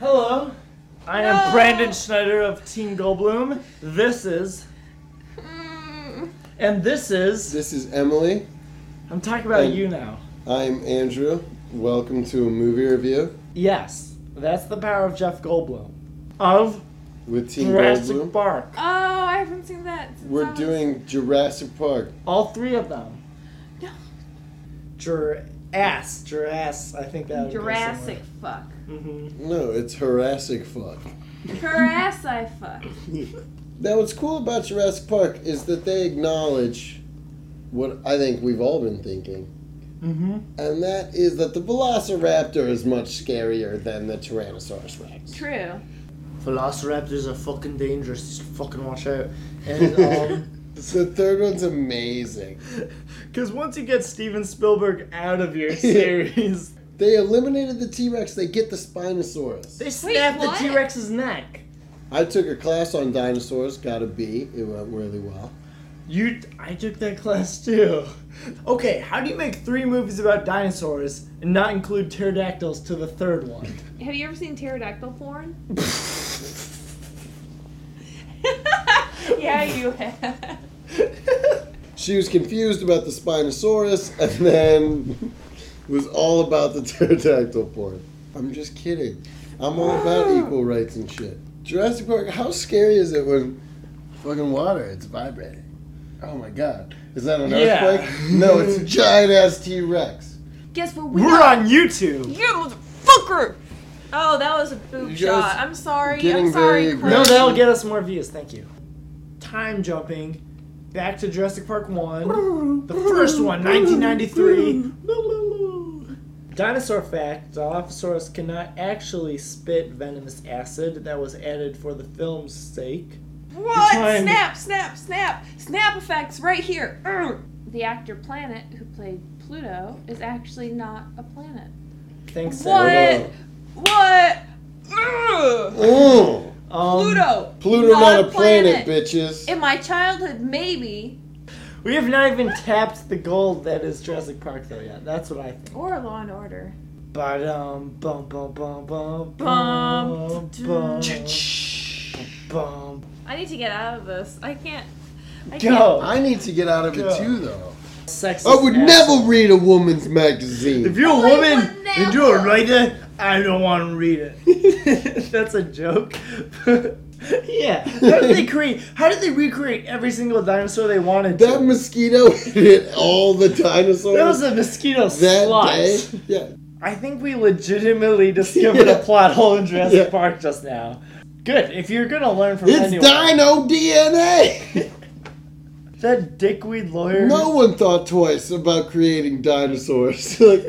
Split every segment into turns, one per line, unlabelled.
Hello, I am
No.
Brandon Schneider of Team Goldblum. This is,
Mm.
and this is.
This is Emily.
I'm talking about
And-
you now.
I'm Andrew. Welcome to a movie review
Yes, that's the power of Jeff Goldblum. Of
with Team
Jurassic
Goldblum.
Park.
Oh, I haven't seen that. since I
We're
was-
doing Jurassic Park.
All three of them.
No.
Jurass. Jurass. I think that would
Jurassic fuck.
hmm
No, it's Jurassic fuck.
Jurassic fuck.
Mm-hmm.
Now, what's cool about Jurassic Park is that they acknowledge what I think we've all been thinking,
hmm
and that is that the Velociraptor is much scarier than the Tyrannosaurus Rex.
True.
Velociraptors are fucking dangerous. Just fucking watch out.
the third one's amazing.
um, Because once you get Steven Spielberg out of your series,
They eliminated the T Rex, they get the Spinosaurus.
they snapped
what?
the T Rex's neck.
I took a class on dinosaurs, got a B. It went really well.
You, I took that class too. Okay, how do you make three movies about dinosaurs and not include pterodactyls to the third one?
Have you ever seen pterodactyl porn? yeah, you have.
She was confused about the Spinosaurus and then was all about the pterodactyl porn. I'm just kidding. I'm all about equal rights and shit. Jurassic Park, how scary is it when fucking water, it's vibrating? Oh my god. Is that an
Yeah.
earthquake? No, it's a giant ass T Rex.
Guess what we
We're
got?
on YouTube.
You fucker! Oh, that was a boob
You guys
shot. I'm sorry. I'm
getting
sorry.
very
Clint.
No, that'll get us more views. Thank you. Time jumping back to Jurassic Park 1. The first one, 1993. Dinosaur fact Dilophosaurus cannot actually spit venomous acid that was added for the film's sake.
What?
Time.
Snap, snap, snap. Snap effects right here. Urgh. The actor Planet, who played Pluto, is actually not a planet.
Thanks,
What?
Sarah.
What? Urgh.
Mm.
Um,
Pluto.
Pluto, not, a planet, bitches.
In my childhood, maybe.
We have not even tapped the gold that is Jurassic Park, though, yet. That's what I think.
Or Law and Order.
Ba-dum, bum, bum, bum, bum,
Bum.
bum, bum, bum.
I need to get out of this. I can't. I
Go.
I need to get out of it
God.
too, though.
Sexist
I would
asshole.
never read a woman's
If
magazine.
you're a
Oh, I would
woman and you're a
never.
writer, I don't want to read it. That's a joke. yeah. How did they create? How did they recreate every single dinosaur they wanted?
That
to?
mosquito hit all the dinosaurs.
That was a mosquito
that
slot.
day. Yeah.
I think we legitimately discovered
Yeah.
a plot hole in Jurassic
Yeah.
Park just now. Good. If you're gonna learn from
It's
anyone,
dino DNA.
that dickweed lawyer.
no one thought twice about creating dinosaurs. like,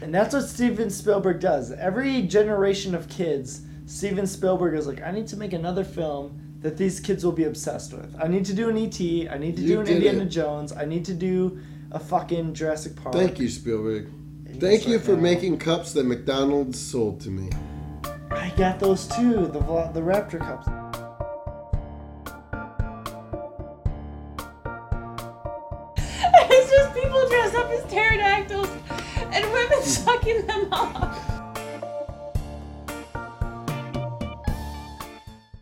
And that's what Steven Spielberg does. Every generation of kids, Steven Spielberg is like, I need to make another film that these kids will be obsessed with. I need to do an ET. I need to
You
do an
did
Indiana
it.
Jones. I need to do a fucking Jurassic Park.
thank you, Spielberg.
And
Thank
it's
you
like,
for
no.
making cups that McDonald's sold to me.
I got those too. The Vla- the Raptor cups.
It's just people dressed up as pterodactyls and women sucking them off.